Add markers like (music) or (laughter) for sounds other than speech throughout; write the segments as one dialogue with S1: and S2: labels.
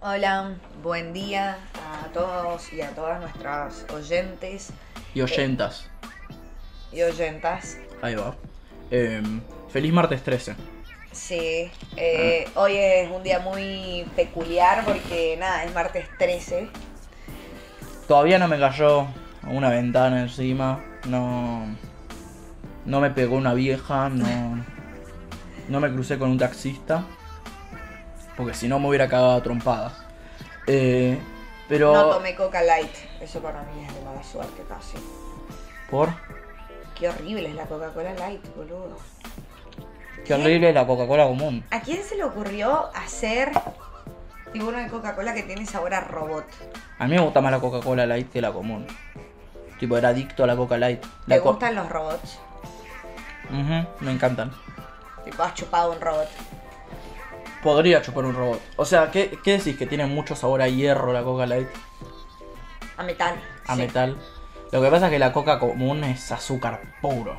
S1: Hola, buen día a todos y a todas nuestras oyentes
S2: Y oyentas.
S1: y oyentas.
S2: Ahí va. Em, feliz martes 13.
S1: Sí, eh,
S2: Ah.
S1: hoy es un día muy peculiar porque nada, es martes 13.
S2: Todavía no me cayó una ventana encima. No. No me pegó una vieja. No. No me crucé con un taxista. Porque si no me hubiera cagado a trompadas. Eh, pero.
S1: No tomé coca light, eso para mí es de mala suerte casi.
S2: Por.
S1: Qué horrible es la Coca-Cola light, boludo.
S2: Qué horrible la Coca-Cola común.
S1: ¿A quién se le ocurrió hacer tipo una Coca-Cola que tiene sabor a robot?
S2: A mí me gusta más la Coca-Cola Light que la común. Tipo, era adicto a la Coca Light.
S1: ¿Te
S2: La co-
S1: gustan los robots?
S2: Ujú, me encantan.
S1: Tipo, has chupado un robot.
S2: Podría chupar un robot. O sea, ¿qué, qué decís? Que tiene mucho sabor a hierro la Coca Light,
S1: A metal.
S2: a
S1: sí.
S2: metal. Lo que pasa es que la Coca común es azúcar puro.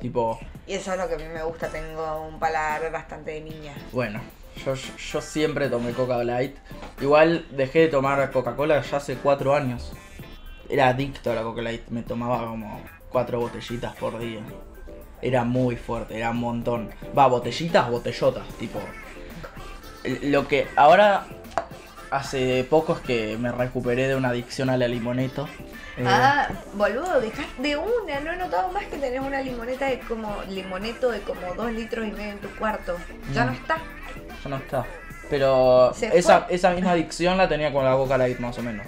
S2: Tipo,
S1: Y eso es lo que a mí me gusta, tengo un paladar bastante de niña.
S2: bueno, yo, yo siempre tomé Coca Light. Igual dejé de tomar Coca-Cola ya hace cuatro años. Era adicto a la Coca Light. Me tomaba como cuatro botellitas por día. Era muy fuerte, era un montón. Va, botellitas, botellotas, tipo. Lo que ahora hace poco es que me recuperé de una adicción a la limoneto. Eh,
S1: Ah, boludo, dejás de una, no he notado más que tenés una limoneta de como, limoneto de como dos litros y medio en tu cuarto. Ya
S2: Mm.
S1: no está.
S2: Ya no está. Pero
S1: Se fue.
S2: esa, esa misma adicción la tenía con la Coca Light más o menos.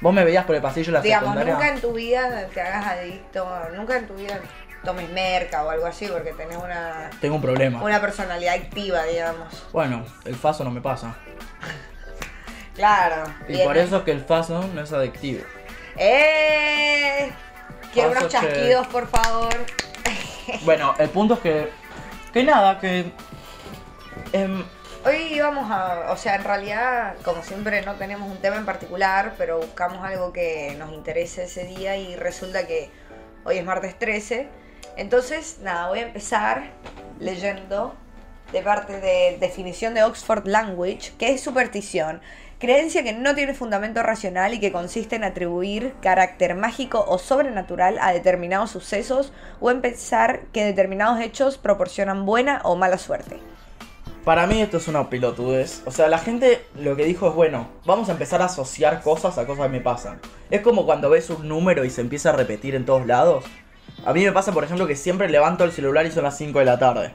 S2: Vos me veías por el pasillo en la
S1: Digamos,
S2: secundaria.
S1: nunca en tu vida te hagas adicto, nunca en tu vida tomes merca o algo así, porque tenés una,
S2: Tengo un problema.
S1: una personalidad activa, digamos.
S2: Bueno, el faso no me pasa.
S1: Claro.
S2: Y
S1: bien.
S2: por eso es que el faso no es adictivo.
S1: ¡Eh! Quiero
S2: Paso
S1: unos
S2: che.
S1: chasquidos, por favor.
S2: Bueno, el punto es que. Que nada, que. em,
S1: Hoy íbamos a, o sea, en realidad, como siempre, no tenemos un tema en particular, pero buscamos algo que nos interese ese día y resulta que hoy es martes 13. Entonces, nada, voy a empezar leyendo de parte de definición de Oxford Language, que es superstición, creencia que no tiene fundamento racional y que consiste en atribuir carácter mágico o sobrenatural a determinados sucesos o en pensar que determinados hechos proporcionan buena o mala suerte.
S2: Para mí esto es una pelotudez. O sea, la gente lo que dijo es, bueno, vamos a empezar a asociar cosas a cosas que me pasan. Es como cuando ves un número y se empieza a repetir en todos lados. A mí me pasa, por ejemplo, que siempre levanto el celular y son las 5 de la tarde.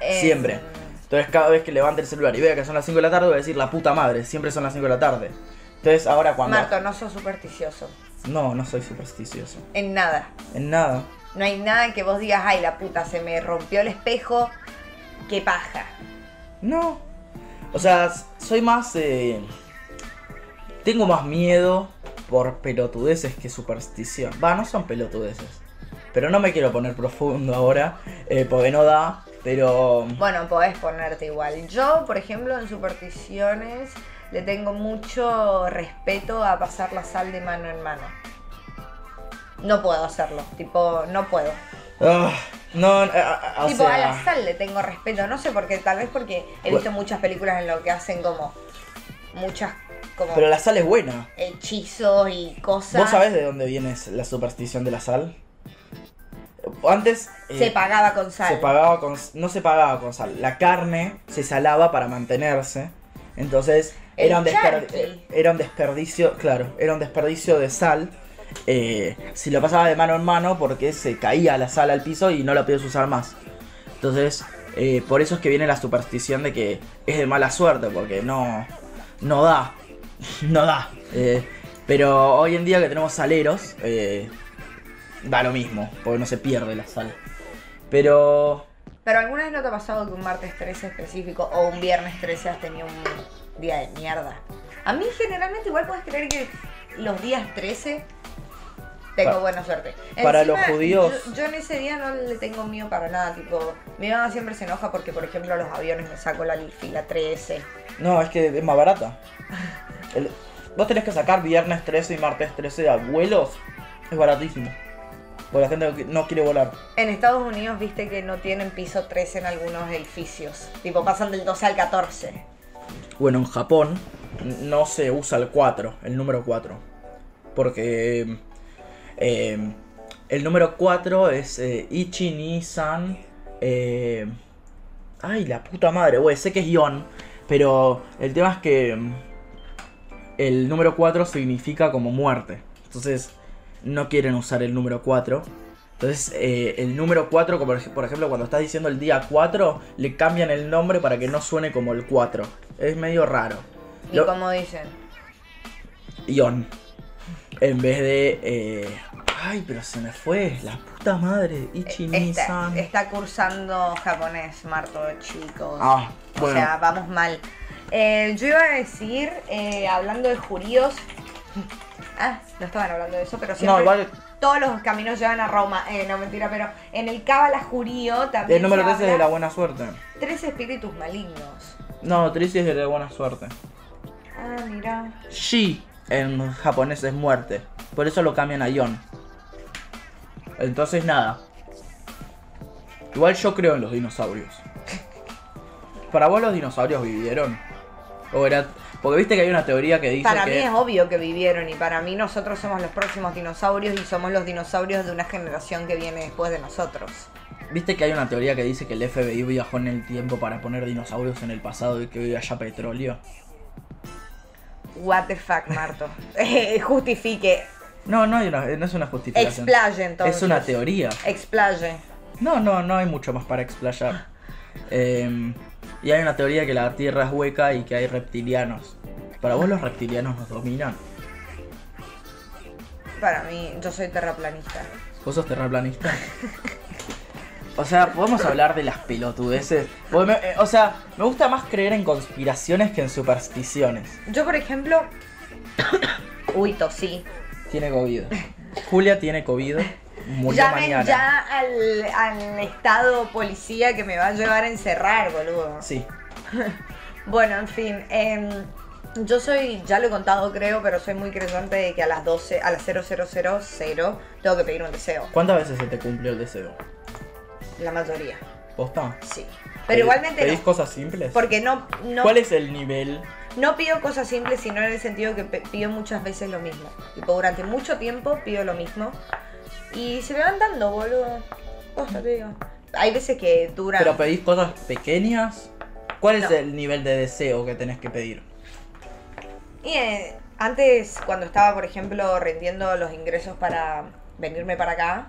S1: Eh,
S2: Siempre. Entonces cada vez que levante el celular y vea que son las 5 de la tarde, voy a decir, la puta madre, siempre son las 5 de la tarde. Entonces ahora cuando...
S1: Marto, no sos supersticioso.
S2: No, no soy supersticioso.
S1: En nada.
S2: En nada.
S1: No hay nada que vos digas, ay, la puta, se me rompió el espejo. Qué paja.
S2: No. O sea, s- soy más... eh, Tengo más miedo por pelotudeces que superstición. Va, no son pelotudeces. Pero no me quiero poner profundo ahora, eh, porque no da. Pero...
S1: Bueno, podés ponerte igual. Yo, por ejemplo, en supersticiones le tengo mucho respeto a pasar la sal de mano en mano. No puedo hacerlo, tipo, no puedo.
S2: ah, no, eh, ah, ah, o
S1: tipo, a la
S2: sea...
S1: sal le tengo respeto, no sé por qué, tal vez porque he
S2: Bu-
S1: visto muchas películas en lo que hacen como muchas como
S2: Pero la sal es buena.
S1: hechizos y cosas.
S2: ¿Vos sabés de dónde viene la superstición de la sal? Antes eh,
S1: Se pagaba con sal.
S2: se pagaba con no se pagaba con sal, la carne se salaba para mantenerse. Entonces
S1: El
S2: era un, desper-
S1: charqui.
S2: eh, era un desperdicio, claro, era un desperdicio de sal. eh, si lo pasaba de mano en mano porque se caía la sal al piso y no la podías usar más. Entonces, eh, por eso es que viene la superstición de que es de mala suerte, porque no, no da, (laughs) no da. Eh, pero hoy en día que tenemos saleros, eh, da lo mismo, porque no se pierde la sal. Pero
S1: Pero alguna vez no te ha pasado que un martes 13 específico o un viernes 13 has tenido un día de mierda. A mí generalmente igual puedes creer que los días 13 tengo
S2: Pa-
S1: buena suerte.
S2: para los judíos.
S1: Yo, yo en ese día no le tengo mío para nada, tipo, mi mamá siempre se enoja porque por ejemplo los aviones me saco la li- fila 13.
S2: no, es que es más barata. El- vos tenés que sacar viernes 13 y martes 13 de abuelos, es baratísimo. Porque la gente no qui- no quiere volar.
S1: En Estados Unidos viste que no tienen piso 13 en algunos edificios, tipo pasan del 12 al 14.
S2: Bueno, en Japón no se usa el 4, el número 4. Porque eh, el número 4 es eh, Ichi ni san. eh, ay, la puta madre, güey, sé que es guión. Pero el tema es que mm, el número 4 significa como muerte. Entonces no quieren usar el número 4. Entonces eh, el número 4, como por ej- por ejemplo cuando estás diciendo el día 4, le cambian el nombre para que no suene como el 4. Es medio raro.
S1: Y
S2: Lo-
S1: como dicen,
S2: Ion. En vez de. eh, Ay, pero se me fue. La puta madre.
S1: está,
S2: Ichinisan.
S1: está cursando japonés, Marto, chicos.
S2: Ah,
S1: O
S2: bueno.
S1: sea, vamos mal. Eh, yo iba a decir, eh, hablando de juríos. (laughs) Ah, no estaban hablando de eso, pero siempre.
S2: no, igual.
S1: Todos los caminos llevan a Roma. Eh, no, mentira, pero en el Cábala Jurío también.
S2: El número
S1: se
S2: 13 es de la
S1: habla
S2: buena suerte.
S1: Tres espíritus malignos.
S2: No, 13 es de la buena suerte.
S1: Ah, mira.
S2: Shi en japonés es muerte. Por eso lo cambian a Ion. Entonces, nada. Igual yo creo en los dinosaurios. ¿Para vos los dinosaurios vivieron? ¿O era.? Porque viste que hay una teoría que dice
S1: Para
S2: que.
S1: mí es obvio que vivieron y para mí nosotros somos los próximos dinosaurios y somos los dinosaurios de una generación que viene después de nosotros.
S2: ¿Viste que hay una teoría que dice que el FBI viajó en el tiempo para poner dinosaurios en el pasado y que hoy haya petróleo?
S1: What the fuck, Marto. (laughs) Eh, Justifique.
S2: No, no, hay una- eh, no es una justificación.
S1: Explaye entonces.
S2: es una teoría.
S1: Explaye.
S2: No, no, no hay mucho más para explayar. Eh, y hay una teoría que la Tierra es hueca y que hay reptilianos. ¿Para vos los reptilianos nos dominan?
S1: Para mí, yo soy terraplanista.
S2: ¿Vos sos
S1: (laughs)
S2: terraplanista? O sea, podemos hablar de las pelotudeces. Porque me- eh, o sea, me gusta más creer en conspiraciones que en supersticiones.
S1: Yo, por ejemplo. (coughs) Uy, tosí.
S2: Tiene COVID. Julia tiene COVID. Murió
S1: Llamen
S2: mañana.
S1: ya al, al estado policía que me va a llevar a encerrar, boludo.
S2: Sí.
S1: Bueno, en fin. em, yo soy, ya lo he contado creo, pero soy muy creyente de que a las 12, a las 0000 tengo que pedir un deseo.
S2: ¿Cuántas veces se te cumplió el deseo?
S1: La mayoría,
S2: ¿Posta?
S1: sí.
S2: ¿Pedís-
S1: Pero igualmente
S2: ¿Pedís
S1: no.
S2: cosas simples?
S1: Porque no, no,
S2: ¿Cuál es el nivel?
S1: no pido cosas simples, sino en el sentido que pe- pido muchas veces lo mismo. Y durante mucho tiempo pido lo mismo. Y se me van dando, boludo. Posta, te digo. Hay veces que duran.
S2: ¿Pero pedís cosas pequeñas? ¿Cuál es
S1: No.
S2: el nivel de deseo que tenés que pedir?
S1: Y eh, antes, cuando estaba, por ejemplo, rindiendo los ingresos para venirme para acá,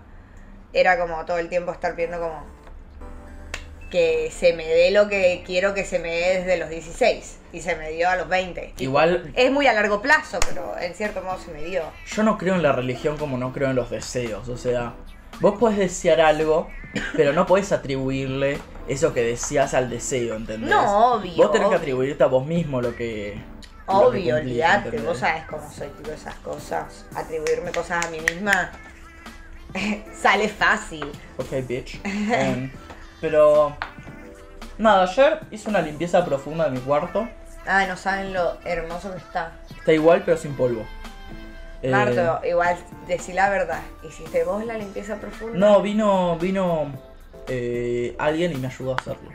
S1: era como todo el tiempo estar viendo como que se me dé lo que quiero que se me dé desde los 16 y se me dio a los 20. Y
S2: Igual
S1: Es muy a largo plazo, pero en cierto modo se me dio.
S2: yo no creo en la religión como no creo en los deseos. O sea, vos podés desear algo, pero no podés atribuirle eso que deseas al deseo, ¿entendés?
S1: No, obvio,
S2: Vos tenés que
S1: obvio.
S2: atribuirte a vos mismo lo que... lo
S1: Obvio,
S2: que cumplís,
S1: olvidate,
S2: ¿entendés?
S1: vos sabés cómo soy, tipo esas cosas. Atribuirme cosas a mí misma (laughs) sale fácil.
S2: Ok,
S1: (laughs)
S2: bitch. Em, pero. Nada, ayer hice una limpieza profunda de mi cuarto.
S1: Ah, no saben lo hermoso que está.
S2: Está igual, pero sin polvo. Eh,
S1: Marto, igual, decí la verdad. ¿Hiciste vos la limpieza profunda?
S2: No, vino. vino. eh, alguien y me ayudó a hacerlo.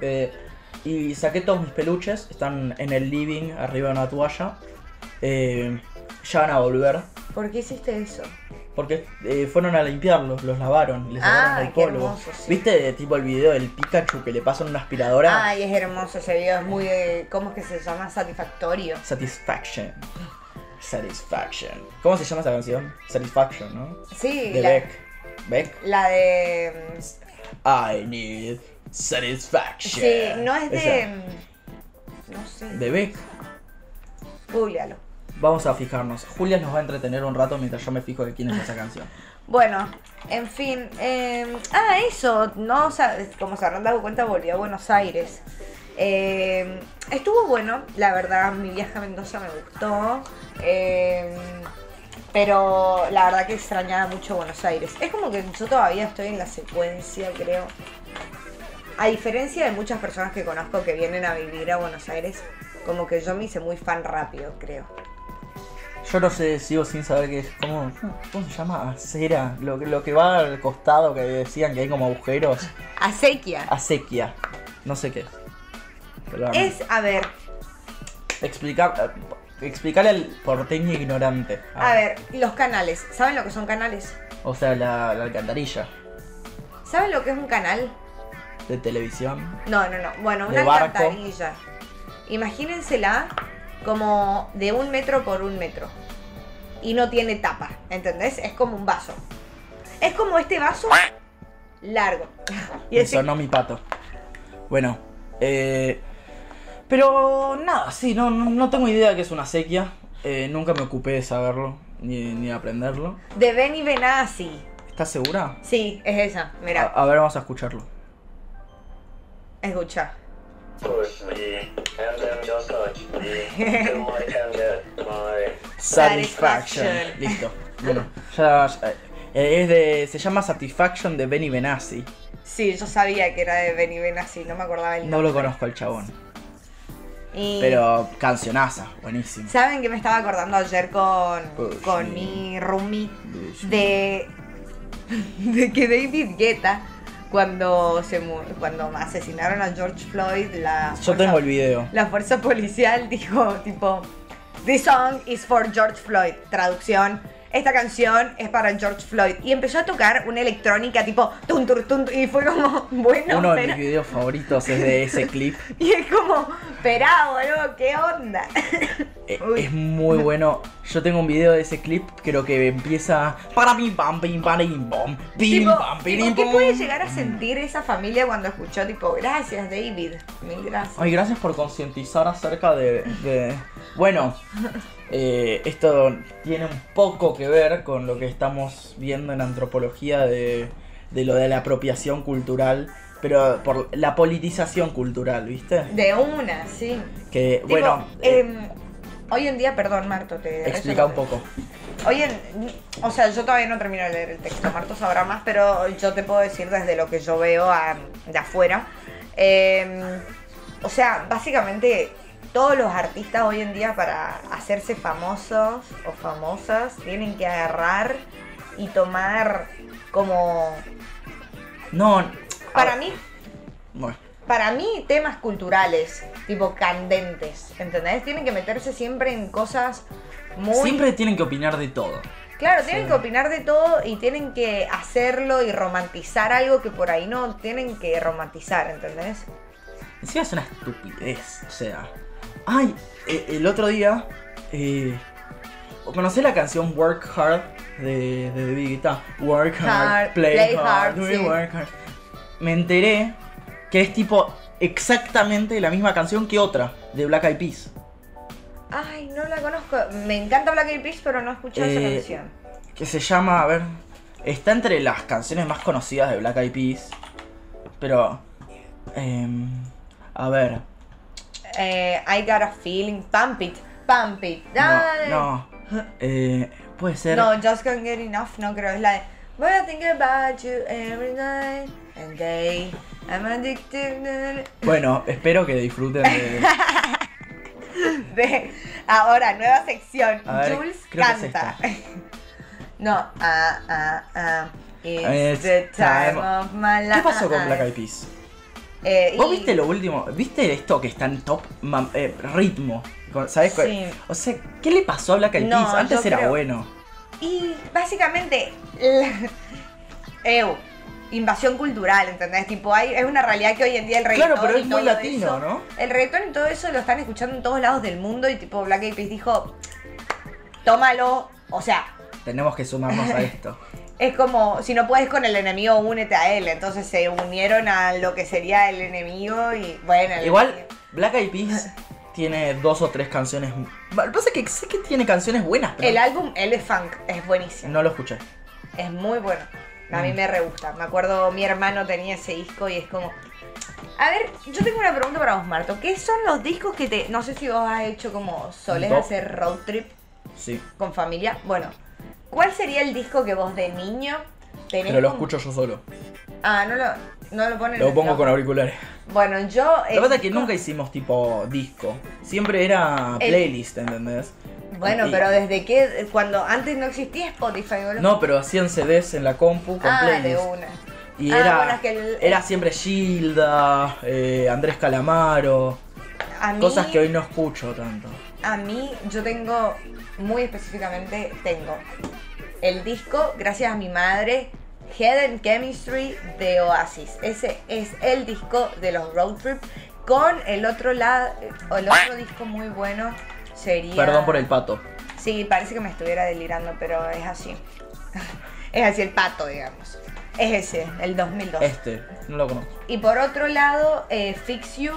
S2: Eh, y saqué todos mis peluches, están en el living, arriba de una toalla. Eh, ya van a volver.
S1: ¿Por qué hiciste eso?
S2: Porque eh, fueron a limpiarlos, los lavaron, les
S1: Ah,
S2: sacaron el
S1: qué
S2: polvo.
S1: hermoso, sí.
S2: ¿Viste eh, tipo el video del Pikachu que le pasan una aspiradora?
S1: Ay, es hermoso ese video, es muy de. ¿Cómo es que se llama? Satisfactorio.
S2: Satisfaction. Satisfaction. ¿Cómo se llama esa canción? Satisfaction, ¿no?
S1: Sí,
S2: De Mm,
S1: la,
S2: Beck. Beck.
S1: la de.
S2: I need satisfaction.
S1: Sí, no es de. mm,
S2: Esa.
S1: No sé.
S2: De Beck.
S1: Googlealo.
S2: Vamos a fijarnos. Julia nos va a entretener un rato mientras yo me fijo de quién es esa canción.
S1: Bueno, en fin. eh, ah, eso. No, o sea, como se habrán dado cuenta, volví a Buenos Aires. Eh, estuvo bueno, la verdad. Mi viaje a Mendoza me gustó. eh, pero la verdad que extrañaba mucho Buenos Aires. Es como que yo todavía estoy en la secuencia, creo. A diferencia de muchas personas que conozco que vienen a vivir a Buenos Aires, como que yo me hice muy fan rápido, creo.
S2: Yo no sé, sigo sin saber qué es. ¿Cómo, cómo se llama? Acera. Lo, que- lo que va al costado que decían que hay como agujeros.
S1: Acequia.
S2: Acequia. No sé qué es. Pero,
S1: Es, a ver,
S2: Explica, eh, explicarle al porteño ignorante.
S1: A ver, los canales. ¿Saben lo que son canales?
S2: O sea, la, la alcantarilla
S1: ¿Saben lo que es un canal?
S2: de televisión.
S1: No, no, no. Bueno,
S2: De
S1: una
S2: barco.
S1: alcantarilla. Imagínensela como de un metro por un metro. Y no tiene tapa, ¿entendés? Es como un vaso. Es como este vaso largo. (laughs) Y
S2: Me
S1: ese-
S2: sonó mi pato. Bueno, eh, pero nada, sí, no, no, no tengo idea de qué es una sequía. Eh, nunca me ocupé de saberlo ni, ni de aprenderlo.
S1: De Benny Benassi.
S2: ¿Estás segura?
S1: Sí, es esa.
S2: A,
S1: Mira,
S2: a ver, vamos a escucharlo. ah.
S1: escucha.
S3: Push me, and then just touch me till I can get my
S1: Satisfaction.
S2: Listo. Bueno, ya, ya- eh, es de, se llama Satisfaction de Benny Benassi.
S1: Sí, yo sabía que era de Benny Benassi, no me acordaba el nombre.
S2: No lo conozco al chabón,
S1: Y
S2: pero cancionaza, buenísimo.
S1: ¿Saben que me estaba acordando ayer con,
S2: Pues,
S1: con
S2: sí.
S1: mi roomie? de, de que David Guetta, cuando, se mu- cuando asesinaron a George Floyd, la
S2: Yo tengo el video.
S1: la fuerza policial dijo tipo, This song is for George Floyd. Traducción, esta canción es para George Floyd. Y empezó a tocar una electrónica tipo, tun, tur, tun, y fue como, (laughs) bueno,
S2: Uno de
S1: pero-
S2: mis videos favoritos es de
S1: (laughs)
S2: ese clip.
S1: y es como, perá, boludo, ¿qué onda?
S2: Eh,
S1: Uy.
S2: Es muy bueno. Yo tengo un video de ese clip, creo que empieza. Para pim pam pim parim bom.
S1: (laughs)
S2: Pim
S1: Tipo,
S2: pam
S1: tipo,
S2: pirim
S1: ¿qué
S2: pum.
S1: puede llegar a sentir esa familia cuando escuchó tipo, gracias David, mil gracias?
S2: Ay, gracias por concientizar acerca de. de- Bueno, eh, esto tiene un poco que ver con lo que estamos viendo en antropología de, de lo de la apropiación cultural, pero por la politización cultural, ¿viste?
S1: De una, sí.
S2: Que,
S1: Tipo,
S2: bueno, eh,
S1: em, hoy en día, perdón Marto, te...
S2: explica un poco.
S1: Hoy en, o sea, yo todavía no termino de leer el texto, Marto sabrá más, pero yo te puedo decir desde lo que yo veo a- de afuera. Em, o sea, básicamente todos los artistas hoy en día para hacerse famosos o famosas tienen que agarrar y tomar como...
S2: No.
S1: Para
S2: ah,
S1: mí,
S2: Bueno.
S1: para mí temas culturales, tipo candentes, ¿entendés? Tienen que meterse siempre en cosas muy...
S2: Siempre tienen que opinar de todo.
S1: Claro, tienen
S2: Sí.
S1: que opinar de todo y tienen que hacerlo y romantizar algo que por ahí no tienen que romantizar, ¿entendés?
S2: Encima es una estupidez, o sea. Ay, eh, el otro día. Eh, ¿Conocés la canción Work Hard de, de David Guetta? Work hard,
S1: Hard,
S2: play,
S1: play
S2: hard,
S1: hard,
S2: do
S1: sí.
S2: it, work hard. Me enteré que es tipo exactamente la misma canción que otra de Black Eyed Peas.
S1: Ay, no la conozco. Me encanta Black Eyed Peas, pero no he escuchado esa
S2: Eh,
S1: canción.
S2: Que se llama, a ver. Está entre las canciones más conocidas de Black Eyed Peas. Pero. em, a ver.
S1: Eh, I got a feeling, pump it, pump it, dale.
S2: No, no. Eh, puede ser.
S1: No, Just Can't Get Enough, no creo. Es la de But I think about you every night and day. I'm addicted.
S2: Bueno, espero que
S1: (laughs)
S2: disfruten de.
S1: De- ahora, nueva sección.
S2: A ver,
S1: Jules
S2: creo que es
S1: canta. (laughs) no, ah, ah, ah. It's,
S2: It's
S1: the time,
S2: time-
S1: of my life.
S2: ¿Qué pasó con Black Eyed Peas?
S1: Eh,
S2: ¿Vos
S1: y-
S2: viste lo último? ¿Viste esto que está en top mam- eh, ritmo? Con- ¿Sabés cuál?
S1: Sí.
S2: O sea, ¿qué le pasó a Black Eyed
S1: No,
S2: Peas? Antes
S1: yo
S2: era
S1: creo-
S2: bueno.
S1: Y básicamente, la- Ew, invasión cultural, ¿entendés? Tipo, hay, es una realidad que hoy en día el reggaetón
S2: Claro, pero
S1: y
S2: es muy
S1: todo
S2: latino,
S1: eso-
S2: ¿no?
S1: El reggaetón y todo eso lo están escuchando en todos lados del mundo y tipo Black Eyed Peas dijo, tómalo, o sea,
S2: Tenemos que sumarnos
S1: (laughs)
S2: a esto.
S1: Es como, si no puedes con el enemigo, únete a él. Entonces se unieron a lo que sería el enemigo y bueno. el-
S2: Igual, Black Eyed Peas tiene dos o tres canciones. Lo que pasa es que sé que tiene canciones buenas, pero
S1: El álbum Elephant es buenísimo.
S2: no lo escuché.
S1: Es muy bueno. A mí
S2: Mm.
S1: me re gusta. Me acuerdo, mi hermano tenía ese disco y es como... A ver, yo tengo una pregunta para vos, Marto. ¿Qué son los discos que te... No sé si vos has hecho como solés
S2: Top.
S1: hacer road trip
S2: Sí.
S1: con familia. Bueno, ¿cuál sería el disco que vos de niño tenés
S2: Pero lo
S1: como-
S2: escucho yo solo.
S1: Ah, no lo... No lo ponen en
S2: Lo
S1: el
S2: pongo
S1: top.
S2: con auriculares.
S1: Bueno, yo... eh,
S2: Lo que
S1: el
S2: pasa es que
S1: disco-
S2: nunca hicimos tipo disco. Siempre era
S1: El-
S2: playlist, ¿entendés?
S1: Bueno,
S2: Y-
S1: pero desde que cuando antes no existía Spotify, boludo.
S2: No, pero hacían CDs en la compu con
S1: ah, de
S2: playlist.
S1: una.
S2: Y
S1: Ah,
S2: era,
S1: bueno, es que el-
S2: era siempre Gilda, eh, Andrés Calamaro.
S1: a mí,
S2: Cosas que hoy no escucho tanto.
S1: a mí yo tengo, muy específicamente, tengo el disco, gracias a mi madre, Head and Chemistry de Oasis. Ese es el disco de los Road Trip. Con el otro lado, el otro disco muy bueno sería...
S2: Perdón por el pato.
S1: Sí, parece que me estuviera delirando, pero es así. (laughs) es así el pato, digamos. Es ese, el 2002.
S2: Este, no lo conozco.
S1: Y por otro lado, eh, Fix You,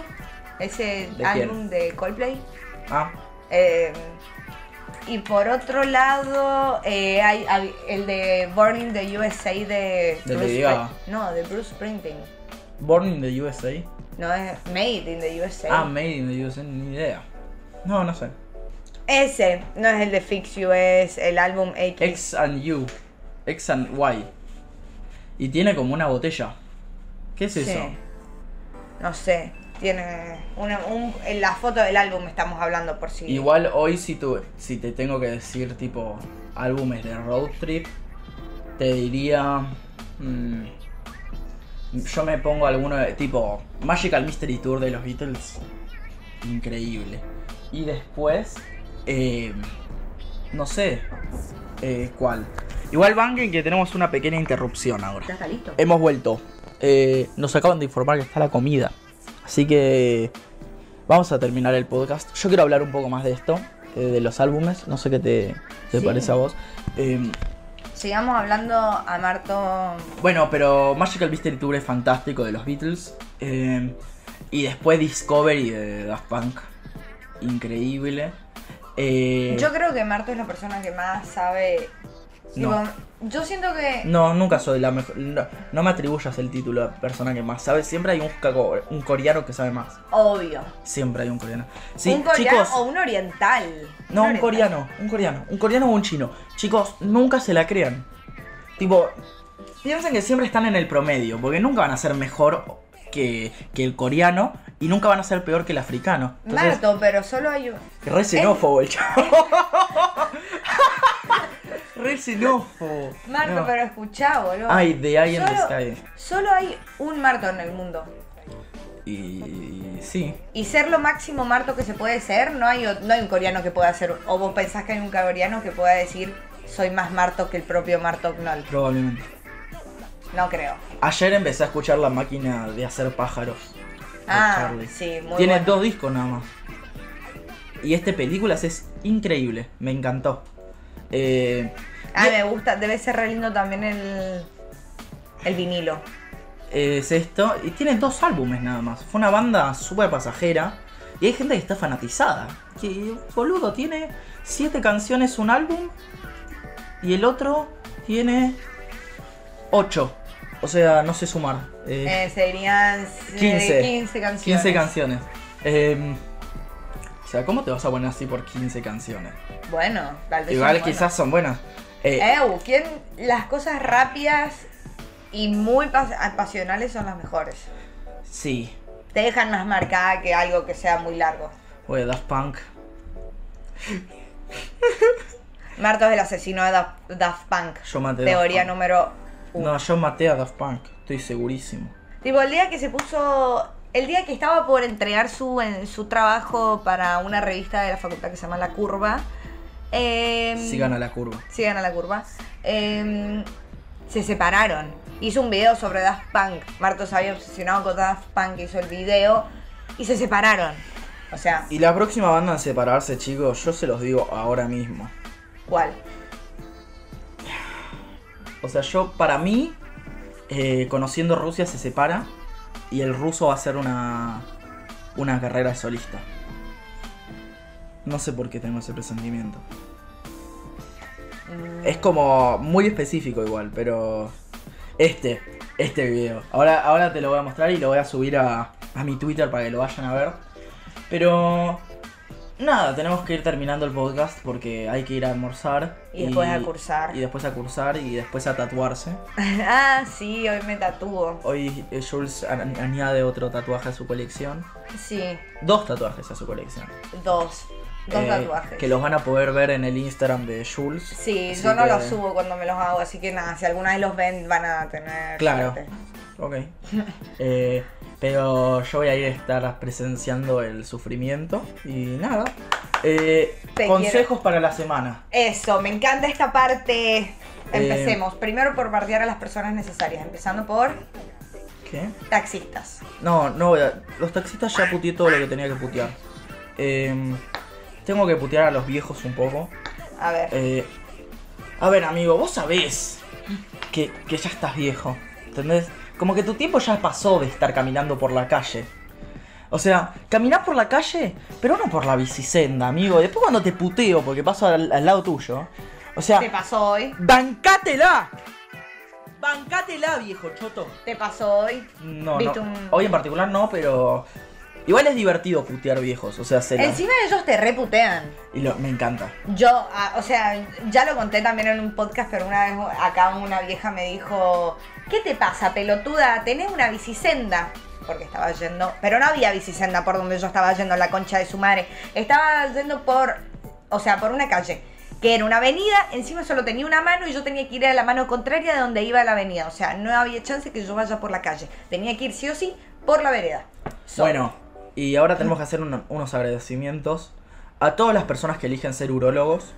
S1: ese
S2: ¿De
S1: álbum de Coldplay.
S2: Ah,
S1: Eh, y por otro lado, eh, hay, hay el de Born in the USA de,
S2: De
S1: Bruce
S2: Lady
S1: Spring-
S2: Gaga.
S1: No, de Bruce Springsteen.
S2: Born in the USA.
S1: No, es Made in the USA.
S2: Ah, Made in the USA, ni idea. No, no sé.
S1: ese no es el de Fix You, es el álbum X.
S2: X and You. X and Y. Y tiene como una botella. ¿Qué es
S1: Sí.
S2: eso?
S1: No sé, tiene una, un- en la foto del álbum estamos hablando por si.
S2: Igual hoy si, tu- si te tengo que decir tipo álbumes de road trip, te diría... mm, yo me pongo alguno de tipo Magical Mystery Tour de los Beatles. Increíble. Y después... eh, no sé. eh, ¿Cuál? Igual banquen que tenemos una pequeña interrupción ahora.
S1: ¿Ya está listo?
S2: Hemos vuelto. Eh, nos acaban de informar que está la comida. Así que vamos a terminar el podcast. Yo quiero hablar un poco más de esto, eh, de los álbumes. No sé qué te, te
S1: Sí.
S2: parece a vos. Eh,
S1: Sigamos hablando a Marto.
S2: bueno, pero Magical Mystery Tour es fantástico de los Beatles. Eh, y después Discovery de Daft Punk. Increíble. Eh,
S1: Yo creo que Marto es la persona que más sabe. Digo,
S2: No.
S1: yo siento que.
S2: No, nunca soy la mejor. No, no me atribuyas el título de persona que más sabe. Siempre hay un, caco- un coreano que sabe más.
S1: Obvio.
S2: Siempre hay un coreano. Sí,
S1: un coreano
S2: chicos.
S1: o un oriental.
S2: No, un
S1: oriental.
S2: coreano, un coreano, un coreano o un chino. Chicos, nunca se la crean. Tipo, piensen que siempre están en el promedio, porque nunca van a ser mejor que, que el coreano y nunca van a ser peor que el africano. Entonces,
S1: Marto, pero solo hay un.
S2: re xenófobo el
S1: (laughs)
S2: chavo. re xenófobo.
S1: Marto,
S2: No.
S1: pero escuchá, boludo.
S2: Ay, de alguien
S1: solo,
S2: the Sky.
S1: solo hay un Marto en el mundo.
S2: Y sí.
S1: Y ser lo máximo Marto que se puede ser, no hay, o- no hay un coreano que pueda ser. O vos pensás que hay un coreano que pueda decir, soy más Marto que el propio Marto Knoll.
S2: Probablemente.
S1: No creo.
S2: Ayer empecé a escuchar la máquina de hacer pájaros. de
S1: Ah,
S2: Charlie.
S1: sí, muy
S2: Tiene
S1: bueno.
S2: dos discos nada más. Y este películas es increíble, me encantó. Eh,
S1: Ah, me gusta, debe ser re lindo también el, el vinilo.
S2: es esto, y tiene dos álbumes nada más. Fue una banda súper pasajera. Y hay gente que está fanatizada. Que, boludo, tiene siete canciones un álbum. Y el otro tiene ocho. O sea, no sé sumar. Eh,
S1: Eh, serían eh,
S2: 15.
S1: 15 canciones.
S2: 15 canciones. Eh, o sea, ¿cómo te vas a poner así por 15 canciones?
S1: Bueno, tal vez.
S2: Igual
S1: son buenas.
S2: quizás son buenas. Eh,
S1: Ew, ¿quién? Las cosas rápidas y muy pas- pasionales son las mejores.
S2: Sí.
S1: Te dejan más marcada que algo que sea muy largo.
S2: Oye, Daft Punk.
S1: Marto es el asesino de Da- Daft Punk.
S2: Yo maté a
S1: Teoría
S2: Daft Punk.
S1: número uno.
S2: No, yo maté a Daft Punk. Estoy segurísimo.
S1: Tipo, el día que se puso. El día que estaba por entregar su, en, su trabajo para una revista de la facultad que se llama La Curva. eh,
S2: Sigan a la curva.
S1: sigan a la curva. eh, se separaron. Hizo un video sobre Daft Punk. Marto se había obsesionado con Daft Punk, hizo el video y se separaron. O sea,
S2: Y la próxima banda en separarse, chicos, yo se los digo ahora mismo.
S1: ¿cuál?
S2: O sea, yo, para mí, eh, conociendo Rusia se separa y el ruso va a hacer una, una carrera de solista. No sé por qué tengo ese presentimiento.
S1: Mm, (laughs)
S2: Es como muy específico igual, pero este, este video. Ahora, ahora te lo voy a mostrar y lo voy a subir a, a mi Twitter para que lo vayan a ver. Pero nada, tenemos que ir terminando el podcast porque hay que ir a almorzar.
S1: Y después a cursar.
S2: Y después a cursar y después a tatuarse.
S1: ah, sí, hoy me tatúo.
S2: Hoy eh, Jules a- añade otro tatuaje a su colección.
S1: Sí,
S2: Dos tatuajes a su colección.
S1: dos. Dos
S2: Eh,
S1: tatuajes.
S2: Que los van a poder ver en el Instagram de Jules.
S1: Sí,
S2: Así
S1: yo no
S2: que-
S1: los subo cuando me los hago, así que nada, si alguna vez los ven van a tener...
S2: Claro.
S1: suerte.
S2: ok. (laughs) Eh, pero yo voy a ir a estar presenciando el sufrimiento y nada. Eh,
S1: Te
S2: consejos para la semana.
S1: Eso, me encanta esta parte.
S2: Eh,
S1: Empecemos. Primero por bardear a las personas necesarias, empezando por
S2: ¿Qué?
S1: taxistas.
S2: No, no voy a... Los taxistas ya puteé todo lo que tenía que putear. Eh, tengo que putear a los viejos un poco.
S1: A ver,
S2: Eh, a ver, amigo, vos sabés que, que ya estás viejo, ¿entendés? Como que tu tiempo ya pasó de estar caminando por la calle. O sea, caminás por la calle, pero no por la bicisenda, amigo. Después cuando te puteo, porque paso al, al lado tuyo. O sea,
S1: te pasó hoy.
S2: ¡bancátela! ¡Bancátela, viejo choto!
S1: Te pasó hoy.
S2: No,
S1: Viste
S2: no.
S1: un-
S2: Hoy en particular no, pero... Igual es divertido putear viejos, o sea, se la-
S1: Encima ellos te reputean.
S2: y lo- me encanta.
S1: Yo, ah, o sea, ya lo conté también en un podcast, pero una vez acá una vieja me dijo, ¿qué te pasa, pelotuda? ¿Tenés una bicisenda? Porque estaba yendo, pero no había bicisenda por donde yo estaba yendo, la concha de su madre. Estaba yendo por, o sea, por una calle, que era una avenida, encima solo tenía una mano y yo tenía que ir a la mano contraria de donde iba la avenida. O sea, no había chance que yo vaya por la calle. Tenía que ir sí o sí por la vereda.
S2: Bueno, y ahora tenemos que hacer un- unos agradecimientos a todas las personas que eligen ser urólogos.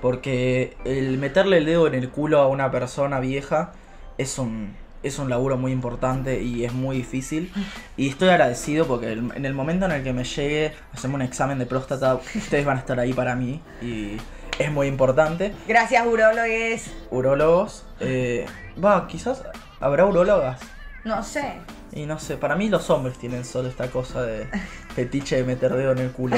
S2: Porque el meterle el dedo en el culo a una persona vieja es un, es un laburo muy importante y es muy difícil. Y estoy agradecido porque el- en el momento en el que me llegue a hacerme un examen de próstata, ustedes van a estar ahí para mí. Y es muy importante.
S1: Gracias, urologues.
S2: Urólogos, eh, va, quizás habrá urólogas.
S1: No sé.
S2: Y no sé, para mí los hombres tienen solo esta cosa
S1: (laughs)
S2: de fetiche de meter dedo en el culo.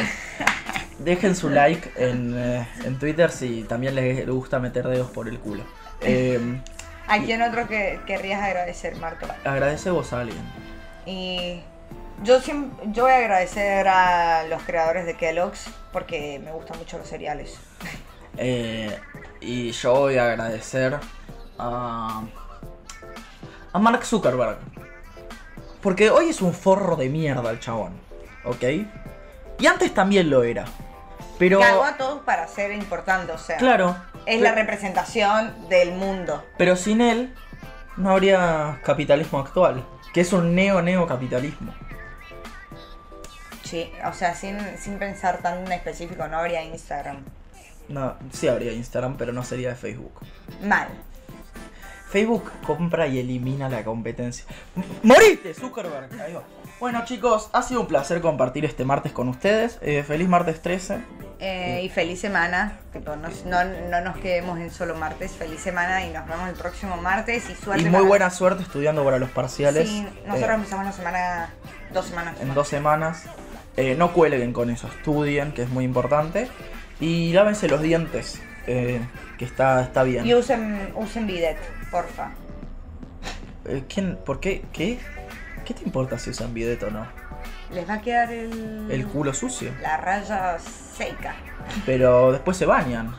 S2: Dejen su like en, eh, en Twitter si también les gusta meter dedos por el culo. Eh,
S1: ¿A quién otro que querrías agradecer, Marco?
S2: agradece vos a alguien.
S1: Y yo, siem- yo voy a agradecer a los creadores de Kellogg's porque me gustan mucho los cereales.
S2: Eh, y yo voy a agradecer a, a Mark Zuckerberg. Porque hoy es un forro de mierda el chabón, ¿ok? Y antes también lo era. Pero...
S1: Cagó a todos para ser importante, o sea.
S2: Claro.
S1: Es la representación del mundo.
S2: Pero sin él no habría capitalismo actual, que es un neo-neocapitalismo.
S1: Sí, o sea, sin, sin pensar tan en específico, no habría Instagram.
S2: No, sí habría Instagram, pero no sería de Facebook.
S1: Mal.
S2: Facebook compra y elimina la competencia. M- ¡Moriste, Zuckerberg! Ahí va. Bueno chicos, ha sido un placer compartir este martes con ustedes. Eh, feliz martes 13.
S1: Eh, y feliz semana. Tipo, no, no, no nos quedemos en solo martes. Feliz semana y nos vemos el próximo martes. Y suerte.
S2: Y muy
S1: para-
S2: buena suerte estudiando para los parciales.
S1: Sí,
S2: Eh,
S1: nosotros empezamos la semana. Dos semanas.
S2: en dos semanas. Eh, no cuelguen con eso, estudien, que es muy importante. Y lávense los dientes, eh, que está, está bien.
S1: Y usen, usen bidet, porfa.
S2: Eh, ¿Quién? ¿Por qué? ¿Qué? ¿Qué te importa si usan bidet o no?
S1: Les va a quedar el,
S2: El culo sucio.
S1: la raya seca.
S2: Pero después se bañan.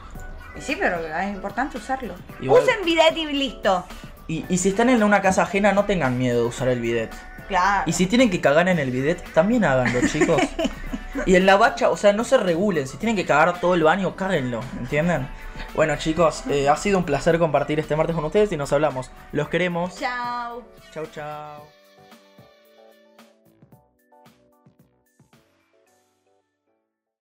S1: Y sí, pero es importante usarlo.
S2: Igual-
S1: Usen bidet y listo.
S2: Y, y si están en una casa ajena, no tengan miedo de usar el bidet.
S1: Claro.
S2: Y si tienen que cagar en el bidet, también háganlo, chicos. Y en la bacha, o sea, no se regulen. Si tienen que cagar todo el baño, cáguenlo, ¿entienden? Bueno, chicos, eh, ha sido un placer compartir este martes con ustedes y nos hablamos. Los queremos.
S1: Chao.
S2: Chau, chau.